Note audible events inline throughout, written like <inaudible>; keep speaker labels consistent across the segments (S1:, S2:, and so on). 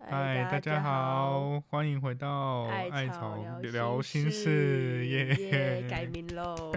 S1: 哎
S2: 嗨，哎大家好，欢迎回到
S1: 艾
S2: 艾
S1: 草
S2: 草
S1: 聊
S2: 聊
S1: 心
S2: 心
S1: 事
S2: 事
S1: 耶改
S2: 耶。 <laughs>
S1: 名喽，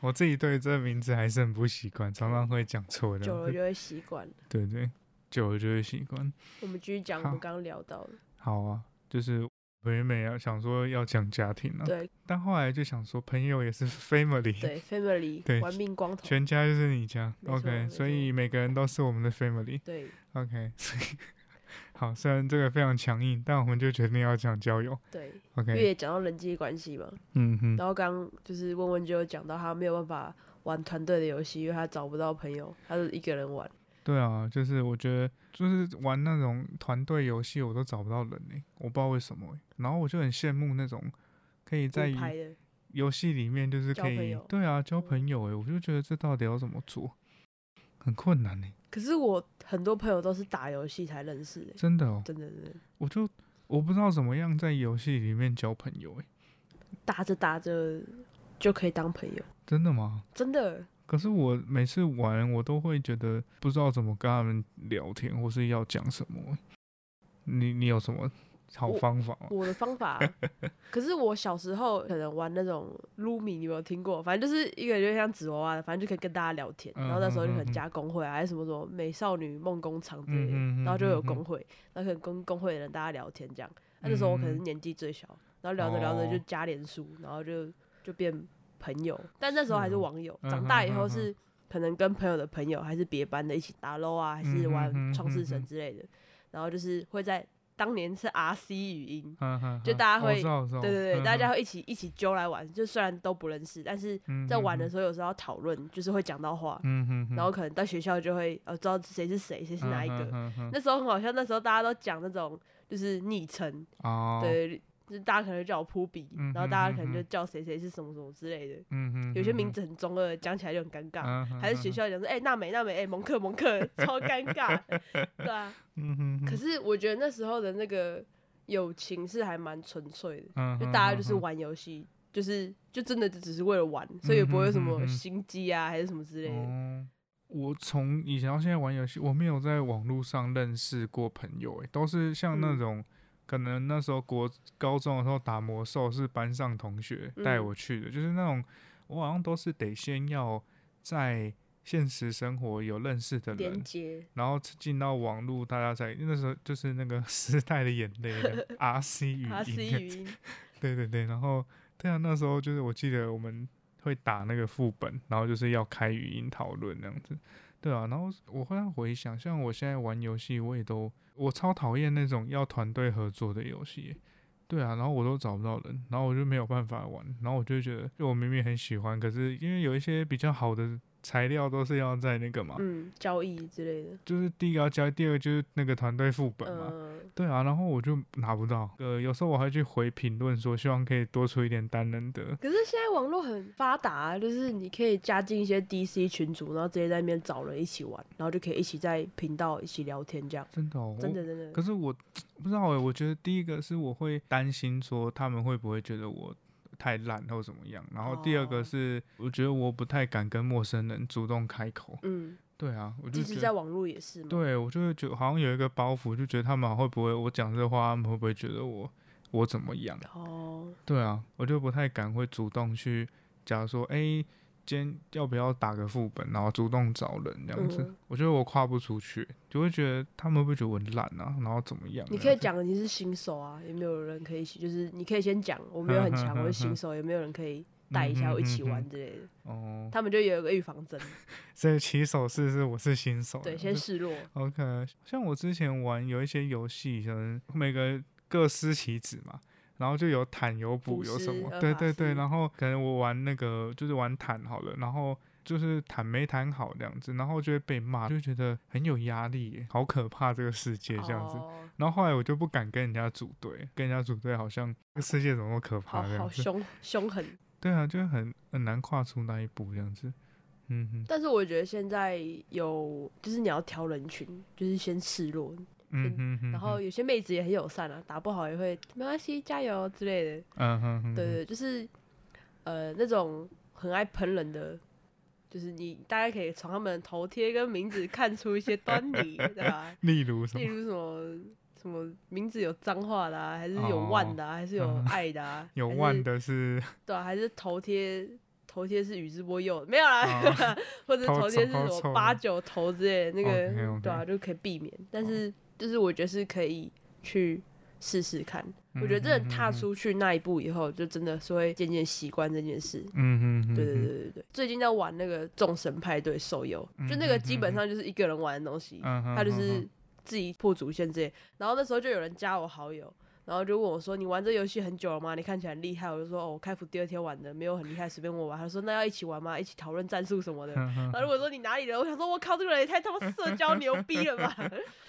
S2: 我自己对这名字还是很不习惯，常常会讲错
S1: 久了
S2: 的。
S1: 就会习惯了。
S2: 对对，久了就会习惯。
S1: 我们继续讲我们
S2: 好
S1: 刚刚聊到的，
S2: 好啊，就是原本要想说要讲家庭啊，
S1: 对
S2: 但后来就想说朋友也是 <laughs> family，
S1: 对，family
S2: 对
S1: 玩命光头，
S2: 全家就是你家。
S1: 没错没
S2: OK，所以
S1: 错
S2: 每个人都是我们的 family。
S1: 对
S2: OK，所以 <laughs> 好，虽然这个非常强硬，但我们就决定要讲交友。
S1: 对，因为
S2: OK，
S1: 也讲到人际关系嘛，
S2: 嗯哼，
S1: 然后刚刚就是问问就有讲到他没有办法玩团队的游戏，因为他找不到朋友，他是一个人玩，
S2: 对啊，就是我觉得就是玩那种团队游戏，我都找不到人哎、我不知道为什么欸、然后我就很羡慕那种可以在
S1: 不拍的，
S2: 游戏里面就是
S1: 交
S2: 可
S1: 朋
S2: 以
S1: 友嗯
S2: 对啊交朋友哎、我就觉得这到底要怎么做，很困难哎、
S1: 可是我很多朋友都是打游戏才认识的，
S2: 真的哦、
S1: 真的真的，
S2: 我就我不知道怎么样在游戏里面交朋友哎、
S1: 打着打着就可以当朋友，
S2: 真的吗？
S1: 真的，
S2: 可是我每次玩，我都会觉得不知道怎么跟他们聊天，或是要讲什么欸、你你有什么好
S1: 我
S2: 方法吗？
S1: 我的方
S2: <laughs>
S1: 法啊、可是我小时候可能玩那种撸米，你有没有听过？反正就是一个有点像纸娃娃的，反正就可以跟大家聊天，
S2: 嗯
S1: 然后那时候就
S2: 嗯嗯
S1: 可能加工会啊，还是什么什么美少女梦工厂之类
S2: 嗯
S1: 的，
S2: 嗯嗯
S1: 然后就有
S2: 嗯嗯
S1: 工会，然后可能跟工会的人大家聊天这样。那那时候我可能是年纪最小，
S2: 嗯
S1: 然后聊着聊着就
S2: 哦
S1: 加脸书，然后就就变朋友，但那时候还是
S2: 是哦
S1: 网友。
S2: 嗯
S1: 长大以后
S2: 嗯嗯
S1: 是可能跟朋友的朋友，还是别班的一起打 LO 啊，还是
S2: 嗯
S1: 玩
S2: 嗯嗯
S1: 创世
S2: 嗯
S1: 神
S2: 嗯
S1: 之类的，然后就是会在当年是 RC 语音。
S2: 嗯哼
S1: 就
S2: 哼
S1: 大家
S2: 我
S1: 会
S2: 知道我知道
S1: 对对对，
S2: 嗯
S1: 大家
S2: 哼
S1: 会一起一起揪来玩，就虽然都不认识，但是
S2: 嗯
S1: 在
S2: 哼
S1: 玩的
S2: 哼
S1: 时候有时候要讨论，就是会讲到话，
S2: 嗯哼哼，
S1: 然后可能到学校就会呃知道谁是谁，谁是哪一
S2: 嗯
S1: 个。
S2: 哼哼哼
S1: 那时候很好笑，那时候大家都讲那种就是昵称，
S2: 哦，，
S1: 对，就是大家可能就叫我扑比
S2: 嗯，
S1: 然后大家
S2: 哼
S1: 可能
S2: 哼
S1: 就
S2: 哼
S1: 叫谁谁是什么什么之类的，
S2: 嗯哼，
S1: 有些名字很中二，讲起来就很尴尬。
S2: 嗯哼
S1: 还是学，校讲说，哎，娜美娜美，哎，蒙克蒙
S2: <laughs>
S1: 克，超尴尬，对啊。
S2: 嗯哼哼，
S1: 可是我觉得那时候的那个友情是还蛮纯粹的。
S2: 嗯哼
S1: 就
S2: 哼
S1: 大家就是
S2: 哼，
S1: 玩游戏，就是就真的就只是为了玩，所以也不会有什
S2: 嗯哼嗯
S1: 么
S2: 哼
S1: 心机啊，还是什么之类的。
S2: 哦，我从以前到现在玩游戏，我没有在网络上认识过朋友，诶，都是像那
S1: 嗯
S2: 种。可能那时候国高中的时候打魔兽是班上同学带
S1: 嗯
S2: 我去的，就是那种我好像都是得先要在现实生活有认识的欸人
S1: 连，接
S2: 然后进到网络，大家在那时候就是那个 <laughs> 时代的眼泪
S1: <laughs>
S2: 的 RC 语音，
S1: R C 语音，
S2: 对对对，然后对啊，那时候就是我记得我们会打那个副本，然后就是要开语音讨论那样子，对啊，然后我忽然回想，像我现在玩游戏，我也都我超讨厌那种要团队合作的游戏耶。对啊，然后我都找不到人，然后我就没有办法玩，然后我就觉得，就我明明很喜欢，可是因为有一些比较好的材料都是要在那个嘛，
S1: 嗯，交易之类的，
S2: 就是第一个要交，第二个就是那个团队副本嘛。
S1: 嗯，
S2: 对啊，然后我就拿不到。呃，有时候我还去回评论说，希望可以多出一点单人的。
S1: 可是现在网络很发达啊、就是你可以加进一些 D C 群组，然后直接在那边找人一起玩，然后就可以一起在频道一起聊天这样。
S2: 真的哦，
S1: 真的
S2: 我。
S1: 真的，
S2: 可是我不知道哎、我觉得第一个是我会担心说他们会不会觉得我太烂或怎么样，然后第二
S1: 哦
S2: 个是我觉得我不太敢跟陌生人主动开口。
S1: 嗯，
S2: 对啊，我
S1: 即
S2: 就觉
S1: 使
S2: 得
S1: 在网络也是嘛。
S2: 对我就会觉得好像有一个包袱，就觉得他们会不会我讲这话，他们会不会觉得我我怎么样？
S1: 哦，
S2: 对啊，我就不太敢会主动去，假如说，哎、今天要不要打个副本，然后主动找人这样子，
S1: 嗯
S2: 我觉得我跨不出去，就会觉得他们会不会觉得我很懒啊，然后怎么样？
S1: 你可以，讲你是新手啊，有没有人可以一起？就是你可以先讲，我没有很
S2: <laughs>
S1: 强，我是新手，有没有人可以带一下，
S2: 嗯
S1: 我一起
S2: 嗯嗯
S1: 玩之类的。
S2: 哦，
S1: 他们就有一个预防针，
S2: 所以起手式是我是新手，
S1: 对，
S2: 这
S1: 先
S2: 样子
S1: 示弱。
S2: OK，像我之前玩有一些游戏，可能每个各司其职嘛，然后就有坦有
S1: 捕
S2: 补有什
S1: 食
S2: 么
S1: 和，
S2: 对
S1: 法
S2: 对对，
S1: 师
S2: 然后可能我玩那个就是玩坦好了，然后就是坦没坦好这样子，然后就会被骂，就会觉得很有压力耶，好可怕这个世界这样子。
S1: 哦，
S2: 然后后来我就不敢跟人家组队，跟人家组队好像这个世界怎么那么可
S1: 好
S2: 怕这样
S1: 好
S2: 子，
S1: 凶凶狠。
S2: 对啊，就很很难跨出那一步这样子。嗯哼，
S1: 但是我觉得现在有，就是你要挑人群，就是先示弱，
S2: 嗯哼哼，
S1: 然后有些妹子也很友善啊，打不好也会没关系，加油之类的。
S2: 嗯哼哼，
S1: 对对，就是呃那种很爱喷人的，就是你大概可以
S2: <laughs>
S1: 从他们的头贴跟名字看出一些端倪，对吧？
S2: 例如什
S1: 例
S2: 么，
S1: 如什么什么名字有脏话的、啊，还是有万的、啊，还是有爱的、啊，
S2: 哦嗯有
S1: 还是
S2: 万
S1: <laughs>
S2: 的是
S1: 对啊，还是头贴头贴是宇智波鼬没有啦，
S2: 哦
S1: 或者
S2: 头
S1: 头贴是
S2: 头
S1: 什么
S2: 臭
S1: 八九头之类的那个
S2: OK，OK
S1: 对啊，就可以避免。但是就是我觉得是可以去试试看。
S2: 嗯
S1: 我觉得真的踏出去那一步以后，就真的是会渐渐习惯这件事。
S2: 嗯嗯，
S1: 对对对对对，最近在玩那个众神派对手游，就那个基本上就是一个人玩的东西，
S2: 嗯哼
S1: 他就
S2: 哼
S1: 是
S2: 哼
S1: 自己破主线之类。然后那时候就有人加我好友，然后就问我说：“你玩这游戏很久了吗？你看起来很厉害。”我就说：“哦，我开服第二天玩的，没有很厉害，随便我玩。”他说：“那要一起玩吗？一起讨论战术什么的。”
S2: 嗯哼 <laughs>
S1: 然后如果说你哪里人，我想说，我靠，这个人也太他妈社交牛逼了
S2: <laughs>
S1: 吧！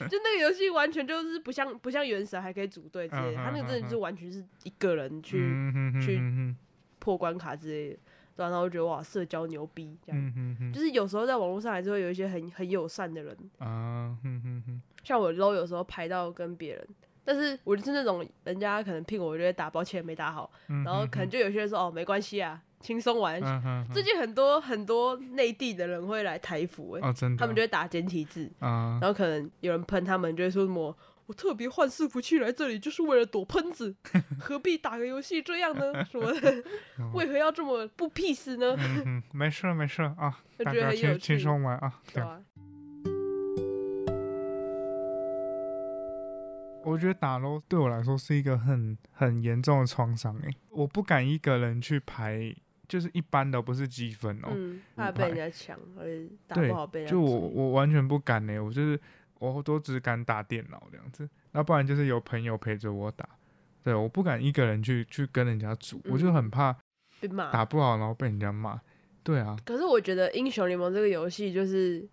S1: 就那个游戏完全就是不像不像原神还可以组队之类的，
S2: 嗯哼
S1: 他那个真的就是完全是一个人去
S2: 嗯哼哼
S1: 去
S2: 哼
S1: 破关卡之类的，对啊然后我觉得哇，社交牛逼这样。
S2: 嗯哼哼
S1: 就是有时候在网络上还是会有一些很很友善的人，
S2: 啊，嗯哼哼，
S1: 像我 low 有时候排到跟别人，但是我就是那种人家可能聘我，我就会打抱歉没打好，
S2: 嗯
S1: 然后
S2: 哼
S1: 可能
S2: 哼
S1: 就有些人说哦没关系啊，轻松玩。
S2: 嗯哼哼
S1: 最近很多很多内地的人会来台服、欸，
S2: 哦，真的，
S1: 他们就会打简体字，
S2: 啊，
S1: 然后可能有人喷他们，就会说什么“我特别换伺服器来这里就是为了躲喷
S2: <laughs>
S1: 子，何必打个游戏这样呢？什么的，为何要这么不 peace 呢
S2: 嗯哼，没事儿没事儿啊，
S1: 我
S2: 大
S1: 觉得
S2: 家
S1: 很有
S2: 轻轻
S1: 趣
S2: 松玩啊？”，
S1: 对
S2: 对。
S1: 吧？
S2: 我觉得打 LO 对我来说是一个很很严重的创伤诶，我不敢一个人去排，就是一般的不是积分哦，
S1: 嗯，怕
S2: 五
S1: 被人
S2: 排
S1: 家抢，而且打
S2: 对
S1: 不好被人家
S2: 就
S1: 追
S2: 我我完全不敢呢、我就是我都只敢打电脑这样子，那不然就是有朋友陪着我打，对，我不敢一个人去去跟人家组，我就
S1: 嗯
S2: 很怕
S1: 被骂。
S2: 打不好然后被人家骂，对啊，
S1: 可是我觉得英雄联盟这个游戏就是，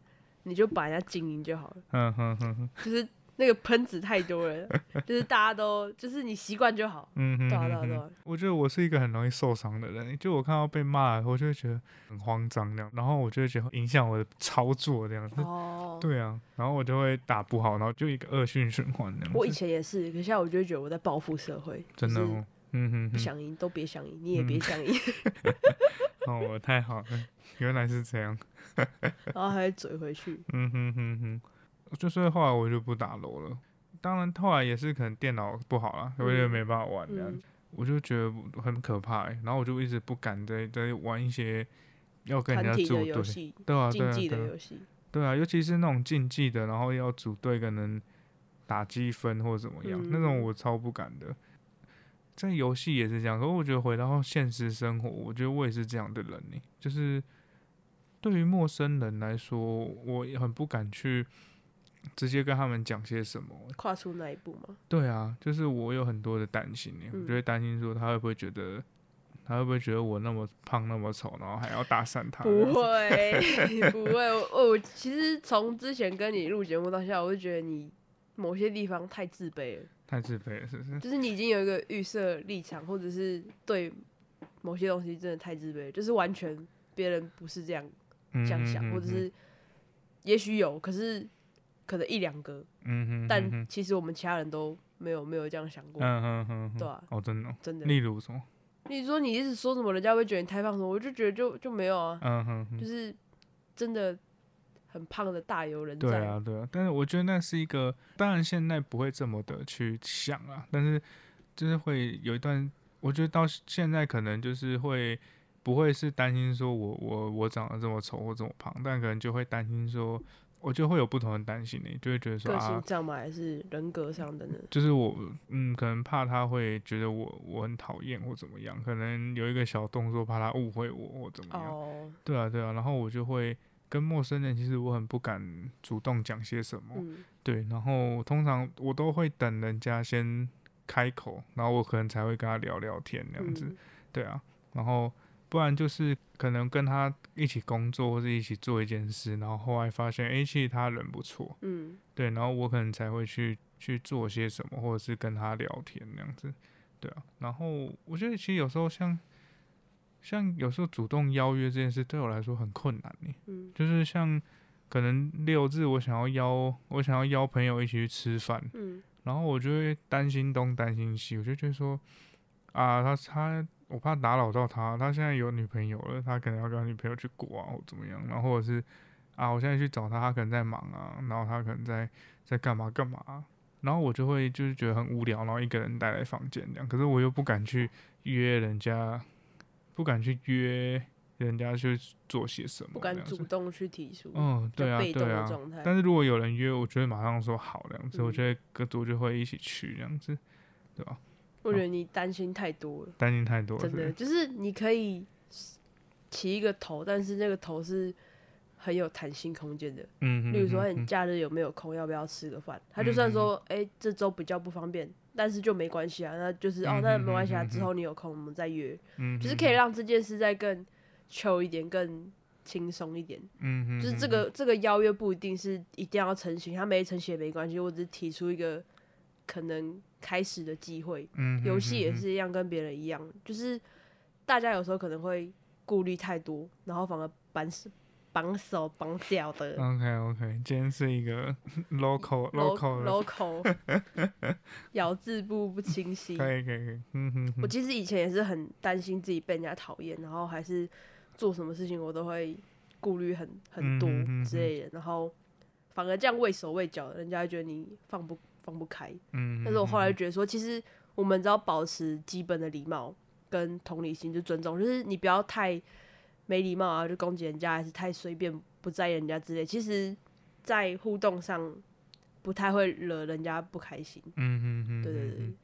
S1: 你就把人家经营就好了，
S2: 嗯哼哼哼，
S1: 就是那个喷子太多
S2: <laughs>
S1: 了，就是大家都就是你习惯就好。
S2: 嗯哼
S1: 对啊
S2: 哼
S1: 对啊对
S2: 哼
S1: 啊，
S2: 我觉得我是一个很容易受伤的人，就我看到被骂，我就会觉得很慌张那样，然后我就会觉得影响我的操作这样子。
S1: 哦，
S2: 对啊，然后我就会打不好，然后就一个恶性循环那样子。
S1: 我以前也是，可现在我就会觉得我在报复社会，就
S2: 真
S1: 是
S2: 的、哦，嗯哼
S1: 不
S2: 哼，
S1: 想赢都别想赢，你也别
S2: 嗯
S1: 想赢， <laughs>
S2: 哦，我太好了，原来是这样，
S1: 然后还会嘴回去。
S2: 嗯哼哼哼，就是后来我就不打楼了。当然，后来也是可能电脑不好了，我也
S1: 嗯
S2: 没办法玩这样，
S1: 嗯，
S2: 我就觉得很可怕、欸。然后我就一直不敢再再玩一些要跟人
S1: 团
S2: 家
S1: 体
S2: 组
S1: 的
S2: 队
S1: 游，戏，
S2: 对啊，对
S1: 竞
S2: 啊，
S1: 技的
S2: 对啊
S1: 游，戏，
S2: 对啊，尤其是那种竞技的，然后要组队，可能打积分或怎么样，那种
S1: 嗯
S2: 我超不敢的。在游戏也是这样，可是我觉得回到现实生活，我觉得我也是这样的人呢、就是对于陌生人来说，我也很不敢去直接跟他们讲些什么、
S1: 跨出那一步嘛。
S2: 对啊，就是我有很多的担心呢、我
S1: 嗯
S2: 就会担心说他会不会觉得，他会不会觉得我那么胖那么丑，然后还要搭讪他？
S1: 不
S2: 啊 <laughs>
S1: 会，不会。我我其实从之前跟你录节目到现在，我就觉得你某些地方太自卑了，
S2: 太自卑了，是不是？
S1: 就是你已经有一个预设立场，或者是对某些东西真的太自卑了，就是完全别人不是这样
S2: 嗯
S1: 这样
S2: 哼
S1: 想，
S2: 哼嗯
S1: 或者
S2: 哼
S1: 是也许有，可是可能一两个，
S2: 嗯哼，嗯
S1: 但
S2: 哼
S1: 其实我们其他人都没有没有这样想过，
S2: 嗯哼哼哼，
S1: 对啊
S2: 哦，真的哦、
S1: 真的。
S2: 例如什么？
S1: 你说你一直说什么，人家会觉得你太胖什么，我就觉得就就没有啊，
S2: 嗯哼哼，
S1: 就是真的很胖的大有人在。
S2: 对啊，对啊。但是我觉得那是一个，当然现在不会这么的去想啊，但是就是会有一段，我觉得到现在可能就是会不会是担心说我我我长得这么丑或这么胖，但可能就会担心说，我就会有不同的担心呢、就会觉得说
S1: 个性
S2: 啊，
S1: 上嘛，还是人格上的呢？
S2: 就是我嗯，可能怕他会觉得我我很讨厌或怎么样，可能有一个小动作怕他误会我或怎么样。
S1: 哦，
S2: 对啊，对啊，然后我就会跟陌生人，其实我很不敢主动讲些什么，
S1: 嗯，
S2: 对，然后通常我都会等人家先开口，然后我可能才会跟他聊聊天那样子，
S1: 嗯
S2: 对啊，然后不然就是可能跟他一起工作或者一起做一件事，然后后来发现，诶，其实他人不错，
S1: 嗯，
S2: 对，然后我可能才会去去做些什么，或者是跟他聊天那样子，对啊。然后我觉得其实有时候像像有时候主动邀约这件事对我来说很困难呢，
S1: 嗯，
S2: 就是像可能六日我想要邀我想要邀朋友一起去吃饭，
S1: 嗯，
S2: 然后我就会担心东担心西，我就觉得说啊，他他我怕打扰到他，他现在有女朋友了，他可能要跟他女朋友去过啊，或怎么样，然后或者是啊，我现在去找他，他可能在忙啊，然后他可能在在干嘛干嘛啊、然后我就会就是觉得很无聊，然后一个人待在房间这样。可是我又不敢去约人家，不敢去约人家去做些什么，
S1: 不敢主
S2: 动。
S1: 动去提出，
S2: 嗯，
S1: 比较
S2: 对啊，
S1: 被动
S2: 对
S1: 的
S2: 啊。
S1: 状态。
S2: 但是如果有人约，我就会马上说好这样子，我
S1: 嗯
S2: 觉得各组就会一起去这样子，对吧、
S1: 我觉得你担心太多了，
S2: 担心太多了，
S1: 真的，就是你可以起一个头，但是那个头是很有弹性空间的。
S2: 嗯，嗯，
S1: 例如说，哎
S2: 嗯
S1: 你
S2: 嗯
S1: 假日有没有空？要不要吃个饭？他就算说，哎、这周比较不方便，但是就没关系啊。那就是哦
S2: 嗯，
S1: 那
S2: 嗯
S1: 没关系啊，
S2: 嗯嗯
S1: 之后你有空我们再约，
S2: 嗯
S1: 就是可以，让这件事再更 chill 一点，更轻松一点。
S2: 嗯嗯，
S1: 就是这
S2: 嗯，
S1: 个这个邀约不一定是一定要成型，他没成型也没关系，我只是提出一个可能开始的机会。
S2: 嗯，嗯
S1: 游戏也，
S2: 嗯嗯
S1: 是一样，跟别人一样，就是大家有时候可能会顾虑太多，然后反而绑手绑手绑脚的。
S2: OK OK，今嗯天是一个 <laughs> local local，的
S1: local，咬
S2: <laughs>
S1: 字不不清晰。
S2: 可以可以可以，嗯哼
S1: 我
S2: 哼，
S1: 其实以前也是很担心自己被人家讨厌，然后还是做什么事情我都会顾虑很很多
S2: 嗯哼哼哼
S1: 之类的，然后反而这样畏手畏脚的，人家会觉得你放不放不开。
S2: 嗯，
S1: 但是我后来
S2: 嗯
S1: 觉得说，其实我们只要保持基本的礼貌跟同理心，就尊重，就是你不要太没礼貌啊，就攻击人家，还是太随便不在意人家之类。其实，在互动上不太会惹人家不开心。
S2: 嗯嗯嗯，
S1: 对对对，
S2: 嗯，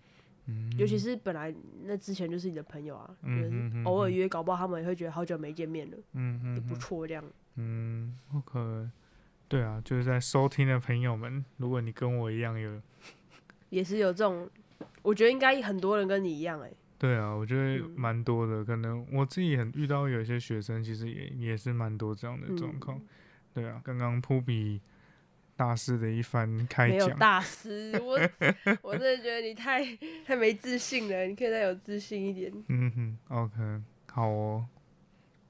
S2: 嗯
S1: 尤其是本来那之前就是你的朋友啊，
S2: 嗯
S1: 就
S2: 嗯
S1: 是
S2: 嗯
S1: 偶尔
S2: 嗯
S1: 约，搞不好他们也会觉得好久没见面了，
S2: 嗯嗯
S1: 也不
S2: 嗯
S1: 错这样。
S2: 嗯，OK，对啊，就是在收听的朋友们，如果你跟我一样有
S1: 也是有这种，我觉得应该很多人跟你一样哎、
S2: 对啊，我觉得
S1: 嗯
S2: 蛮多的，可能我自己很遇到有一些学生，其实也也是蛮多这样的状况。
S1: 嗯
S2: 对啊，刚刚扑比大师的一番开
S1: 没有
S2: 讲，
S1: 大师，我我真的觉得你太太没自信了，你可以再有自信一点。
S2: 嗯哼，OK，
S1: <laughs>
S2: 好哦，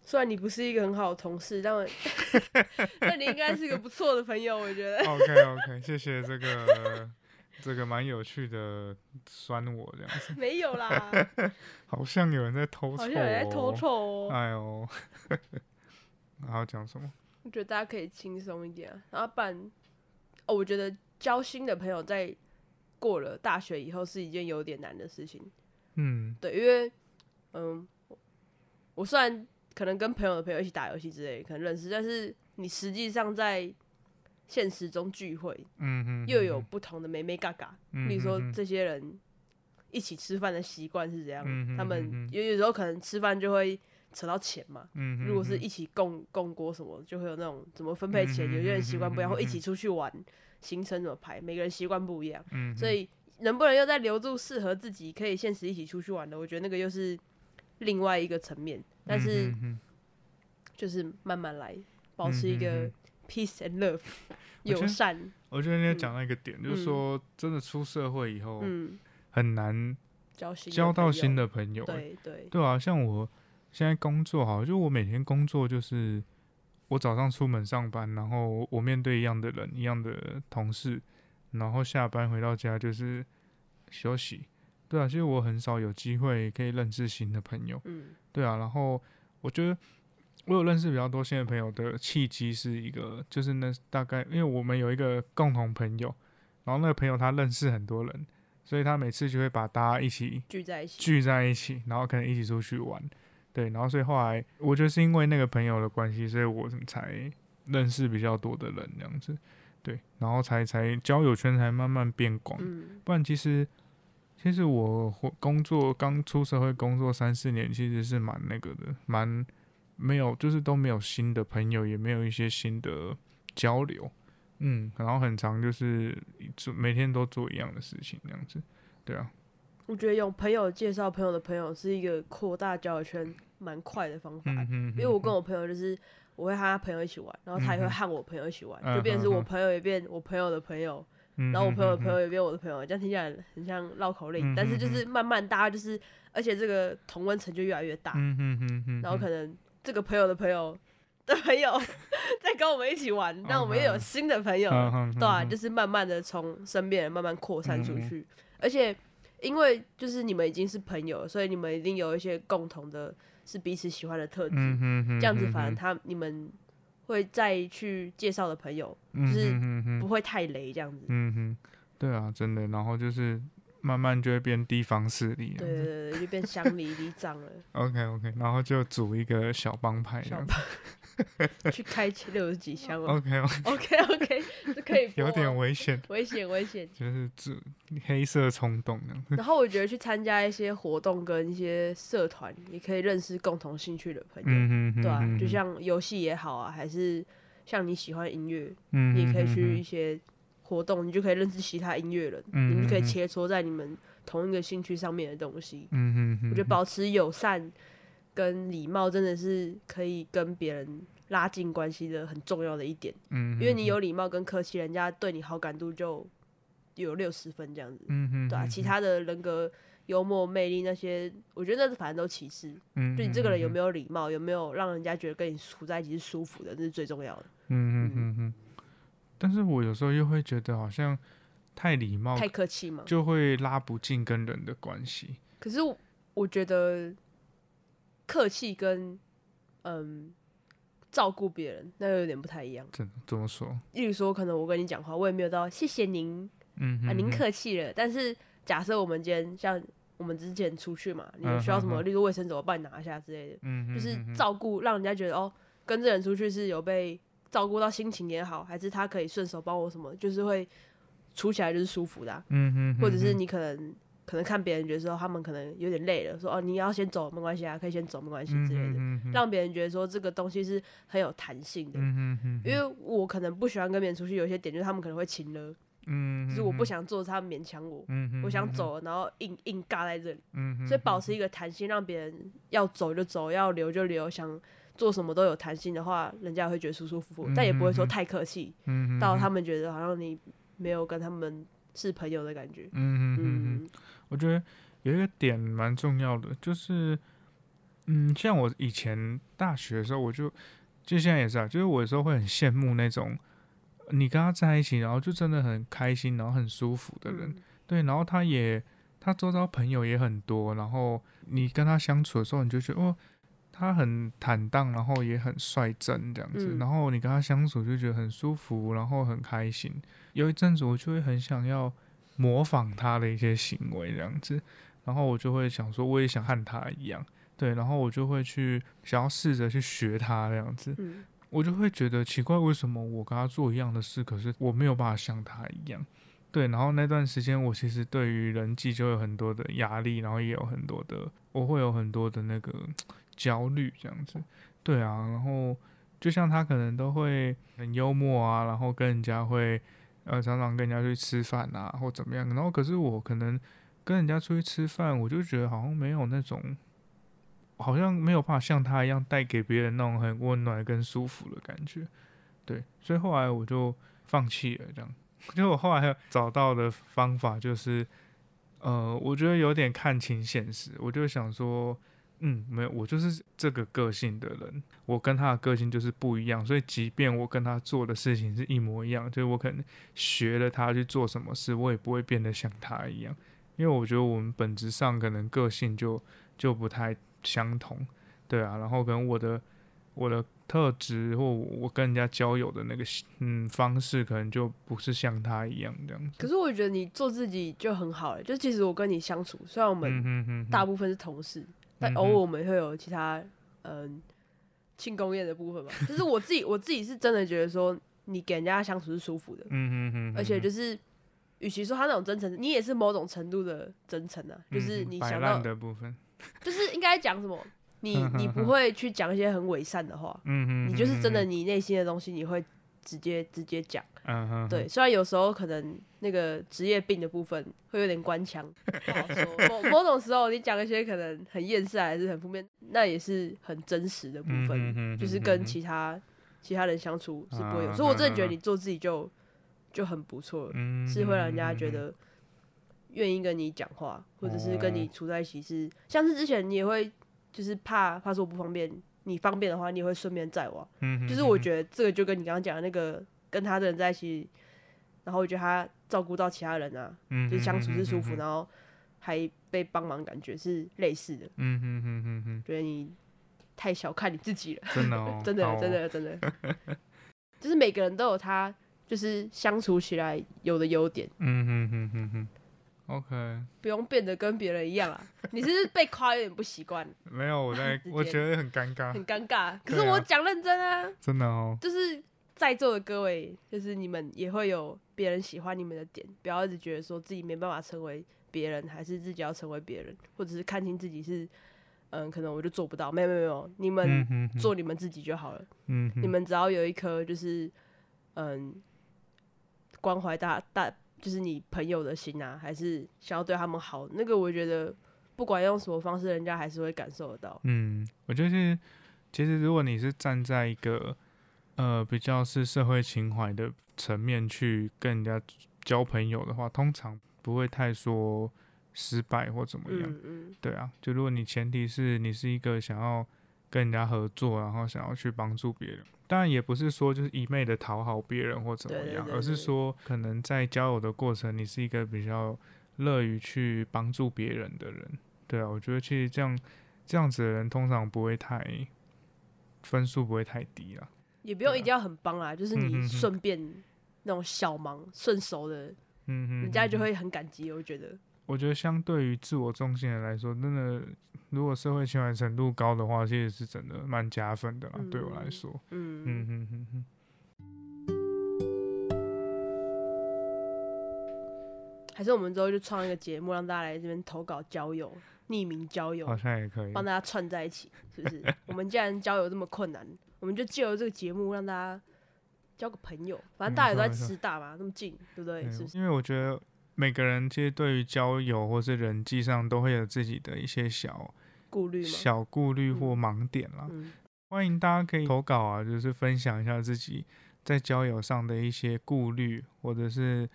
S1: 虽然你不是一个很好的同事，但
S2: <laughs>
S1: 我但你应该是个不错的朋友，我觉得。 <laughs>
S2: OK OK，谢谢这个这个蛮有趣的酸我这样子，
S1: 没有啦，
S2: 好像有人在偷
S1: 好
S2: 臭、哦，
S1: 像有人在偷臭哦。
S2: 哎呦，还要讲什么？
S1: 我觉得大家可以轻松一点啊，然后不然，哦，我觉得交新的朋友在过了大学以后是一件有点难的事情。
S2: 嗯
S1: 对，因为嗯，我虽然可能跟朋友的朋友一起打游戏之类，可能认识，但是你实际上在现实中聚会，
S2: 嗯哼，
S1: 又有不同的美美嘎嘎。
S2: 嗯，
S1: 例如说
S2: 嗯，
S1: 这些人一起吃饭的习惯是怎样，
S2: 嗯哼
S1: 他
S2: 嗯哼
S1: 们有有时候可能吃饭就会扯到钱嘛。
S2: 嗯哼，
S1: 如果是
S2: 嗯
S1: 一起共共锅什么，就会有那种怎么分配钱，
S2: 嗯
S1: 有些人习惯不一样，
S2: 嗯嗯嗯
S1: 或一起出去玩，行程怎么排，每个人习惯不一样，
S2: 嗯哼，
S1: 所以能不能又再留住适合自己可以现实一起出去玩的，我觉得那个又是另外一个层面。但是
S2: 嗯哼哼
S1: 就是慢慢来，保持一
S2: 嗯
S1: 个
S2: 嗯
S1: peace and love，
S2: <laughs> 我觉
S1: 友
S2: 得
S1: 善，
S2: 我觉得你讲到一个点，就是
S1: 嗯
S2: 说真的出社会以后
S1: 嗯，
S2: 很难
S1: 交心
S2: 交到新
S1: 的
S2: 的朋友、
S1: 朋友，
S2: 欸
S1: 对对，
S2: 对啊，像我现在工作好，就我每天工作就是我早上出门上班，然后我面对一样的人、一样的同事，然后下班回到家就是休息。对啊，其实我很少有机会可以认识新的朋友。
S1: 嗯
S2: 对啊，然后我觉得我有认识比较多新的朋友的契机是一个，就是那大概因为我们有一个共同朋友，然后那个朋友他认识很多人，所以他每次就会把大家一起
S1: 聚在一起，
S2: 聚在一起，然后可能一起出去玩，对，然后所以后来我觉得是因为那个朋友的关系，所以我才认识比较多的人这样子，对，然后才才交友圈才慢慢变广，
S1: 嗯
S2: 不然其实其实我活工作刚出社会工作三四年，其实是蛮那个的，蛮没有，就是都没有新的朋友，也没有一些新的交流，嗯，然后很长就是做每天都做一样的事情这样子，对啊，
S1: 我觉得用朋友介绍朋友的朋友是一个扩大交友圈蛮快的方法，
S2: 嗯哼，
S1: 因为我跟我朋友就是我会和他朋友一起玩，然后他也会
S2: 嗯哼
S1: 和我朋友一起玩，
S2: 嗯
S1: 就变成是我
S2: 哼哼
S1: 朋友也变我朋友的朋友，
S2: 嗯，
S1: 然后我朋友的
S2: 嗯
S1: 朋友也变我的朋友，这样听起来很像绕口令，
S2: 嗯
S1: 但是
S2: 哼
S1: 就是慢慢大家就是，而且这个同温层就越来越大，
S2: 嗯哼哼哼，
S1: 然后可能这个朋友的朋友的朋友 <laughs> 在跟我们一起
S2: 嗯
S1: 玩，让我们又有
S2: OK
S1: 新的朋友了，
S2: 能
S1: 对啊，就是是慢慢的从身边人慢慢扩散出
S2: 嗯嗯
S1: 去，而且因为就是你们已经是朋友了，所以你们一定有一些共同的是彼此喜欢的特质，
S2: 嗯哼哼，
S1: 这样子反而他你们会再去介绍的朋友
S2: 就
S1: 就是
S2: 嗯哼
S1: 不会太雷这样子，
S2: 嗯哼，对啊，真的，然后就是慢慢就会变地方势力这
S1: 对对
S2: 样子。
S1: 对对，就变乡里里长
S2: <laughs>
S1: 了，
S2: OK OK，然后就组一个小帮派这
S1: 小
S2: 样子。
S1: 吧，去开六十几箱 <laughs> 了。
S2: OK OK，
S1: OK OK，这可以播
S2: 哦有点
S1: 啊
S2: 危险，
S1: 危
S2: <laughs>
S1: 险危险。
S2: 就是组黑色冲动这样子。
S1: 然后我觉得去参加一些活动跟一些社团，也可以认识共同兴趣的朋友，
S2: 嗯哼，
S1: 对啊，就
S2: 嗯
S1: 像游戏也好啊，还是像你喜欢音乐，
S2: 嗯
S1: 你也
S2: 哼
S1: 可以去一
S2: 嗯
S1: 些活动，你就可以认识其他音乐人，
S2: 嗯
S1: 你们就可以
S2: 嗯嗯
S1: 切磋在你们同一个兴趣上面的东西。
S2: 哼嗯哼，
S1: 我觉得保持友善跟礼貌真的是可以跟别人拉近关系的很重要的一点，
S2: 嗯哼，
S1: 因为你有礼貌跟客气，人家对你好感度就有六十分这样子。
S2: 嗯哼，嗯哼，
S1: 对啊，其他的人格、幽默、魅力那些，我觉得那反正都其次。
S2: 嗯，
S1: 就你这个人有没
S2: 有，
S1: 有礼貌，有没有让人家觉得跟你处在一起是舒服的，这是最重要的。
S2: 嗯哼嗯哼，但是我有时候又会觉得好像太礼貌，
S1: 太客气嘛。
S2: 哦就会拉不近跟人的关系。
S1: 可是我我觉得客气跟嗯照顾别人那有点不太一样。
S2: 怎怎么说？
S1: 例如说，可能我跟你讲话，我也没有到谢谢您
S2: 嗯
S1: 啊，
S2: 哼，
S1: 您
S2: 嗯
S1: 客气了。但是假设我们今天像我们之前出去嘛，你有
S2: 嗯
S1: 需要什
S2: 嗯
S1: 么，
S2: 嗯
S1: 例如卫生纸，我帮你拿一下之类的。
S2: 嗯哼，
S1: 就是
S2: 嗯哼
S1: 照顾，让人家觉得哦，跟这人出去是有被照顾到心情也好，还是他可以顺手帮我什么，就是会处起来就是舒服的啊、
S2: 嗯哼，
S1: 或者是
S2: 嗯哼
S1: 你可能可能看别人觉得说他们可能有点累了，说哦你要先走没关系啊，可以先走没关系之类的，
S2: 嗯哼，
S1: 让别人觉得说这个东西是很有弹性的。
S2: 嗯哼嗯哼，
S1: 因为我可能不喜欢跟别人出去，有一些点就是他们可能会亲了，
S2: 嗯，
S1: 就是我不
S2: 嗯，
S1: 想做，他们勉强我，
S2: 嗯哼，
S1: 我想
S2: 嗯，
S1: 走了，然后硬硬尬在这里。
S2: 嗯哼，
S1: 所以保
S2: 嗯
S1: 持一个弹性，让别人要走就走，要留就留，想做什么都有弹性的话，人家会觉得舒舒服服，但也不会说
S2: 嗯哼哼
S1: 太客气，
S2: 嗯哼
S1: 到
S2: 嗯
S1: 他们觉得好像你没有跟他们是朋友的感觉。
S2: 嗯哼嗯哼，
S1: 嗯，
S2: 我觉得有一个点蛮重要的，就是，嗯，像我以前大学的时候，我就就现在也是啊，就是我有时候会很羡慕那种你跟他在一起，然后就真的很开心，然后很舒服的人，
S1: 嗯
S2: 对，然后他也他周遭朋友也很多，然后你跟他相处的时候，你就觉得哦，他很坦荡，然后也很率真这样子，
S1: 嗯
S2: 然后你跟他相处就觉得很舒服，然后很开心。有一阵子我就会很想要模仿他的一些行为这样子，然后我就会想说，我也想和他一样，对，然后我就会去想要试着去学他这样子，
S1: 嗯
S2: 我就会觉得奇怪，为什么我跟他做一样的事，可是我没有办法像他一样。对，然后那段时间我其实对于人际就有很多的压力，然后也有很多的，我会有很多的那个焦虑这样子。对啊，然后就像他可能都会很幽默啊，然后跟人家会呃常常跟人家去吃饭啊，或怎么样。然后可是我可能跟人家出去吃饭，我就觉得好像没有那种好像没有办法像他一样带给别人那种很温暖跟舒服的感觉，对，所以后来我就放弃了这样。就我后来找到的方法就是，呃，我觉得有点看清现实，我就想说，嗯，没有，我就是这个个性的人，我跟他的个性就是不一样，所以即便我跟他做的事情是一模一样，就是我可能学了他去做什么事，我也不会变得像他一样，因为我觉得我们本质上可能个性就就不太相同，对啊，然后可能我的我的特质或我跟人家交友的那个嗯方式，可能就不是像他一样这样子。
S1: 可是我觉得你做自己就很好欸了，就其实我跟你相处，虽然我
S2: 嗯
S1: 们
S2: 哼哼哼，
S1: 大部分是同事，但
S2: 嗯
S1: 偶
S2: 哼
S1: 尔我们会有其他嗯庆功宴的部分
S2: <laughs>
S1: 嘛。就是我自己我自己是真的觉得说，你给人家相处是舒服的，
S2: 嗯哼哼哼，
S1: 而且就是，与其说他那种真诚，你也是某种程度的真诚啊，就是
S2: 嗯
S1: 你
S2: 摆
S1: 想
S2: 烂
S1: 到，
S2: 的部分，
S1: 就是应该讲什么，你你不会去讲一些很伪善的话，
S2: 嗯哼，
S1: 你就是真的
S2: 哼，
S1: 你内心的东西，你会直接直接讲。
S2: 嗯哼，
S1: 对，虽然有时候可能那个职业病的部分会有点官腔，
S2: <laughs>
S1: 不好说。某某种时候你讲一些可能很厌世还是很负面，那也是很真实的部
S2: 嗯哼
S1: 分，
S2: 哼
S1: 就是
S2: 哼
S1: 跟
S2: 哼
S1: 其他其他人相处是不会有。
S2: 啊
S1: 所以我真的觉得
S2: 嗯嗯嗯
S1: 你做自己就就很不错了。
S2: 嗯
S1: 是会让人家
S2: 哼
S1: 觉
S2: 哼
S1: 得愿意跟你讲话，或者是跟你
S2: 哦
S1: 处在一起是，像是之前你也会就是怕怕说我不方便，你方便的话你也会顺便载我啊，
S2: 嗯哼
S1: 就是我
S2: 哼
S1: 觉得这个就跟你刚刚讲的那个跟他的人在一起，然后我觉得他照顾到其他人啊，
S2: 嗯哼
S1: 就是相处是舒，
S2: 哼
S1: 服，
S2: 哼哼哼
S1: 然后还被帮忙，感觉是类似的，
S2: 嗯哼哼哼哼
S1: 觉得你太小看你自己了。 <laughs>，
S2: 哼，真的哦
S1: 真的
S2: 好
S1: 真
S2: <laughs> 哦，
S1: 的真的，就是每个人都有他就是相处起来有的优点，
S2: 嗯哼哼哼哼，OK，
S1: 不用变得跟别人一样啊。你是不是被夸有点不习
S2: <laughs>
S1: 惯，
S2: 没有，
S1: <laughs>
S2: 我在
S1: 直
S2: 我
S1: 接
S2: 觉得很尴尬
S1: 很，尴尬？可
S2: 对
S1: 是
S2: 啊
S1: 我讲认真啊，
S2: 真的哦，
S1: 就是在座的各位，就是你们也会有别人喜欢你们的点，不要一直觉得说自己没办法成为别人，还是自己要成为别人，或者是看清自己是，嗯，可能我就做不到。没有没有没有，你
S2: 嗯
S1: 们
S2: 哼哼，
S1: 做你们自己就好了。
S2: 嗯
S1: 你
S2: 哼，
S1: 们只要有一颗就是嗯关怀大大，就是你朋友的心啊，还是想要对他们好，那个我觉得不管用什么方式，人家还是会感受得到。
S2: 嗯，我就是，其实如果你是站在一个呃比较是社会情怀的层面去跟人家交朋友的话，通常不会太说失败或怎么样。
S1: 嗯嗯
S2: 对啊，就如果你前提是你是一个想要跟人家合作，然后想要去帮助别人，当然也不是说就是一昧的讨好别人或怎么
S1: 对对
S2: 样，
S1: 对
S2: 而是
S1: 对
S2: 说可能在交友的过程，你是一个比较乐于去帮助别人的人。对啊，我觉得其实这样这样子的人通常不会太分数不会太低啦。
S1: 也不用
S2: 对啊
S1: 一定要很帮啊，就是
S2: 嗯嗯
S1: 你
S2: 嗯
S1: 顺便那种小忙顺手的，
S2: 嗯哼，
S1: 人家就
S2: 嗯哼
S1: 会很感激。我觉得，
S2: 我觉得相对于自我中心的来说，真的，如果社会情感程度高的话，其实是真的蛮加分的啦。对我来
S1: 嗯
S2: 说，嗯
S1: 嗯，
S2: 哼哼哼。
S1: 还是我们之后就创一个节目，让大家来这边投稿交友，匿名交友
S2: 好，像也可以。
S1: 帮大家串在一起，是不
S2: <laughs>
S1: 是？我们既然交友这么困难，我们就借由这个节目让大家交个朋友。反正大家也都在
S2: 嗯没错没
S1: 吃大嘛，那么近，对不对？
S2: 对
S1: 是不是？
S2: 因为我觉得每个人其实对于交友或是人际上都会有自己的一些小
S1: 顾虑嘛。
S2: 小顾虑或盲点啦。
S1: 嗯，
S2: 欢迎大家可以投稿啊，就是分享一下自己在交友上的一些顾虑，或者是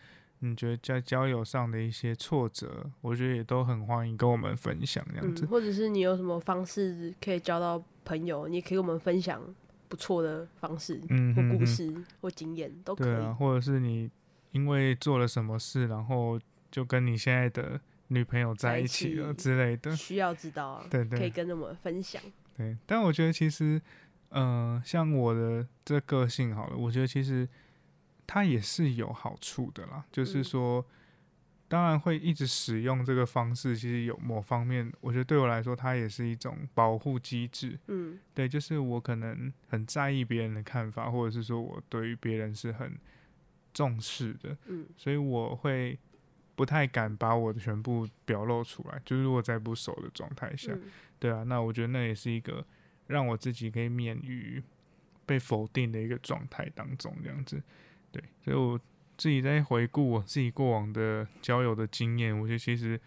S2: 你觉得在交友上的一些挫折，我觉得也都很欢迎跟我们分享这样子
S1: 嗯，。或者是你有什么方式可以交到朋友，你也可以跟我们分享不错的方式
S2: 嗯
S1: 或
S2: 哼
S1: 故
S2: 哼
S1: 事或经验都可
S2: 对
S1: 以。
S2: 啊，或者是你因为做了什么事，然后就跟你现在的女朋友在
S1: 在一
S2: 一起了
S1: 起
S2: 之类的。
S1: 需要知道啊，
S2: 对对，
S1: 可以跟我们分享。
S2: 对，但我觉得其实，嗯，像我的这个性好了，我觉得其实它也是有好处的啦。就是
S1: 嗯
S2: 说，当然会一直使用这个方式，其实有某方面，我觉得对我来说，它也是一种保护机制。
S1: 嗯
S2: 对，就是我可能很在意别人的看法，或者是说我对于别人是很重视的，
S1: 嗯，
S2: 所以我会不太敢把我的全部表露出来。就是如果在不熟的状态下，
S1: 嗯
S2: 对啊，那我觉得那也是一个让我自己可以免于被否定的一个状态当中，这样子。对，所以我自己在回顾我自己过往的交友的经验，我觉得其实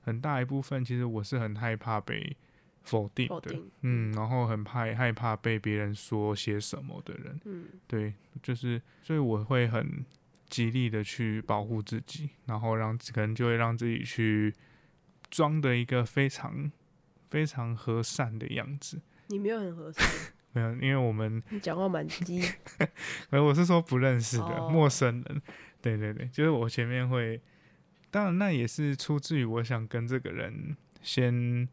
S2: 很大一部分，其实我是很害怕被否定
S1: 否
S2: 的，
S1: 定
S2: 嗯，然后很怕害怕被别人说些什么的人，
S1: 嗯
S2: 对，就是所以我会很极力的去保护自己，然后让可能就会让自己去装的一个非常非常和善的样子。
S1: 你没有很合适，
S2: 没有，因为我们
S1: 你讲话蛮
S2: <laughs>
S1: 低。
S2: 呃，我是说不认识的、
S1: 哦
S2: 陌生人。对对对，就是我前面会，当然那也是出自于我想跟这个人先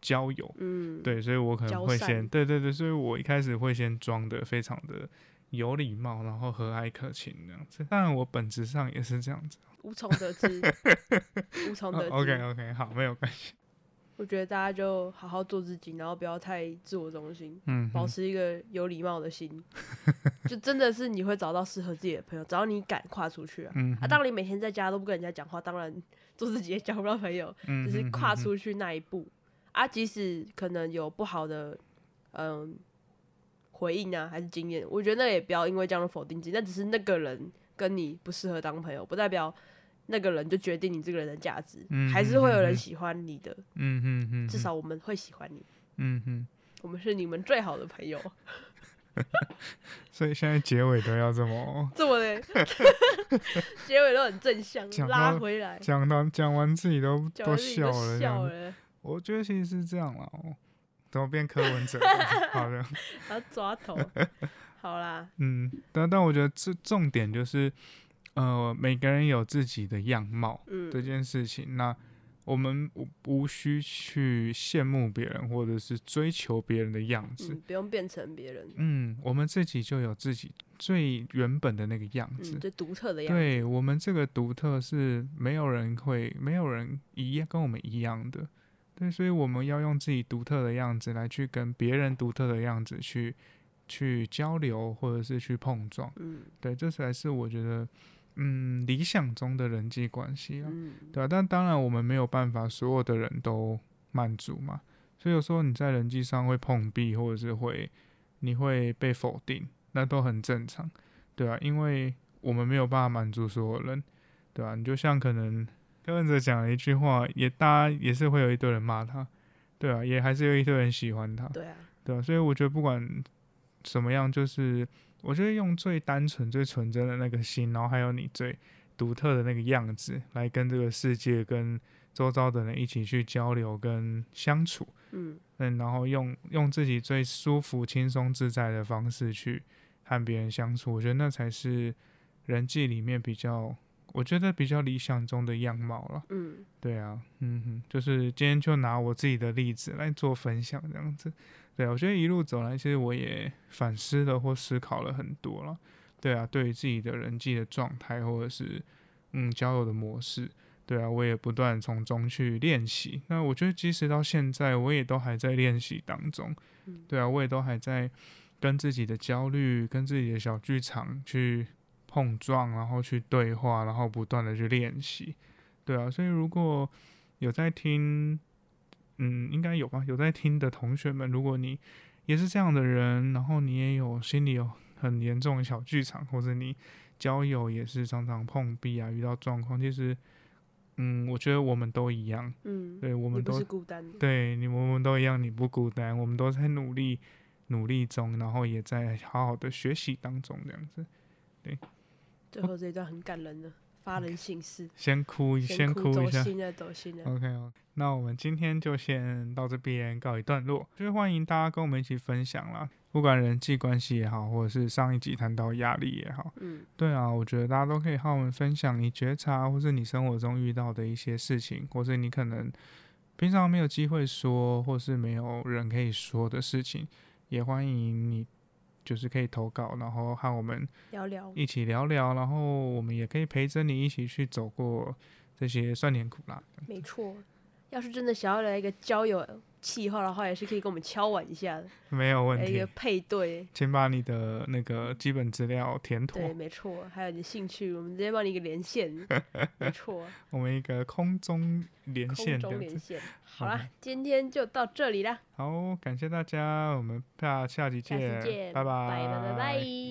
S2: 交友，
S1: 嗯，
S2: 对，所以我可
S1: 交
S2: 能会
S1: 善
S2: 先，对对对，所以我一开始会先装的非常的有礼貌，然后和蔼可亲这样子。当然，我本质上也是这样子。
S1: 无从得
S2: <laughs>
S1: 知，无从得知。
S2: o k 哦 OK，好，没有关系。
S1: 我觉得大家就好好做自己，然后不要太自我中心，
S2: 嗯
S1: 保
S2: 哼，
S1: 持一个有礼貌的
S2: <laughs>
S1: 心，就真的是你会找到适合自己的朋友，只要你敢跨出去啊。
S2: 嗯
S1: 啊，当你每天在家都不跟人家讲话，当然做自己也交不到朋友，
S2: 嗯
S1: 就是
S2: 哼
S1: 跨
S2: 哼
S1: 出去那一步啊。即使可能有不好的嗯回应啊，还是经验，我觉得那也不要因为这样否定自己，那只是那个人跟你不适合当朋友，不代表那个人就决定你这个人的价值，
S2: 嗯
S1: 还是会有
S2: 嗯嗯
S1: 人
S2: 嗯
S1: 喜欢你的，
S2: 嗯哼哼，
S1: 至少我们会喜欢你，
S2: 嗯哼，
S1: 我们是你们最好的朋友。
S2: 所以现在结尾都要这么
S1: 这么
S2: <laughs>
S1: 的结尾都很正向，
S2: 讲到
S1: 拉回来，
S2: 讲到讲完自己都
S1: 讲完
S2: 都
S1: 自己都
S2: 笑了这样
S1: 笑
S2: 子。
S1: 了，
S2: 我觉得其实是这样啦，哦，怎么变柯文哲了？ <laughs> 好的，
S1: 然后抓
S2: <laughs>
S1: 头，好啦，
S2: 嗯，但但我觉得这重点就是，呃，每个人有自己的样貌
S1: 嗯
S2: 这件事情。那我们无无需去羡慕别人或者是追求别人的样子。
S1: 嗯，不用变成别人，
S2: 嗯，我们自己就有自己最原本的那个样子。
S1: 嗯，最独特的样子，
S2: 对我们这个独特是没有人会，没有人一样跟我们一样的，对，所以我们要用自己独特的样子来去跟别人独特的样子去去交流，或者是去碰撞，
S1: 嗯
S2: 对，这才是我觉得，嗯，理想中的人际关系啊，
S1: 嗯，
S2: 对啊，但当然我们没有办法所有的人都满足嘛，所以有时候你在人际上会碰壁，或者是会你会被否定，那都很正常，对啊，因为我们没有办法满足所有人，对啊，你就像可能柯文哲讲了一句话，也大家也是会有一堆人骂他，对啊，也还是有一堆人喜欢他，
S1: 对啊，
S2: 对啊，所以我觉得不管怎么样，就是我觉得用最单纯、最纯真的那个心，然后还有你最独特的那个样子，来跟这个世界、跟周遭的人一起去交流跟相处，
S1: 嗯
S2: 嗯，然后用用自己最舒服、轻松、自在的方式去和别人相处，我觉得那才是人际里面比较，我觉得比较理想中的样貌了。
S1: 嗯，
S2: 对啊，嗯哼，就是今天就拿我自己的例子来做分享，这样子。对啊，我觉得一路走来，其实我也反思了或思考了很多了。对啊，对于自己的人际的状态，或者是嗯交友的模式，对啊，我也不断从中去练习。那我觉得，即使到现在，我也都还在练习当中
S1: 嗯。
S2: 对啊，我也都还在跟自己的焦虑、跟自己的小剧场去碰撞，然后去对话，然后不断的去练习。对啊，所以如果有在听，嗯，应该有吧，有在听的同学们，如果你也是这样的人，然后你也有心里有很严重的小剧场，或者你交友也是常常碰壁啊，遇到状况，其实，嗯，我觉得我们都一样，
S1: 嗯，
S2: 对，我
S1: 我
S2: 们
S1: 不
S2: 都
S1: 是孤单的，
S2: 对你，我们都一样，你不孤单，我们都在努力努力中，然后也在好好的学习当中，这样子，
S1: 最后这一段很感人的，发人省思，
S2: 先哭一，先
S1: 哭
S2: 哭
S1: 走
S2: 一下。
S1: 心了，走心啊了，
S2: OK，, o k 那我们今天就先到这边告一段落，就是欢迎大家跟我们一起分享啦，不管人际关系也好，或者是上一集谈到压力也好，
S1: 嗯
S2: 对啊，我觉得大家都可以和我们分享你觉察，或是你生活中遇到的一些事情，或是你可能平常没有机会说，或是没有人可以说的事情，也欢迎你就是可以投稿，然后和我们
S1: 聊聊，
S2: 一起聊聊，然后我们也可以陪着你一起去走过这些酸甜苦辣。
S1: 没错，要是真的想要来一个交友计划的话，也是可以跟我们敲碗一下的，
S2: 没有问
S1: 来一
S2: 题
S1: 个，配对，
S2: 请把你的那个基本资料填
S1: 对，
S2: 妥。
S1: 没错，还有你的兴趣，我们直接帮你一个连
S2: <laughs>
S1: 线，没错，
S2: 我们一个空中连
S1: 空
S2: 线这
S1: 中
S2: 样
S1: 连
S2: 子。
S1: 线，好啦，今天就到这里啦，
S2: 好，感谢大家，我们下下集
S1: 下
S2: 见，
S1: 次见，
S2: 拜
S1: 拜拜拜拜。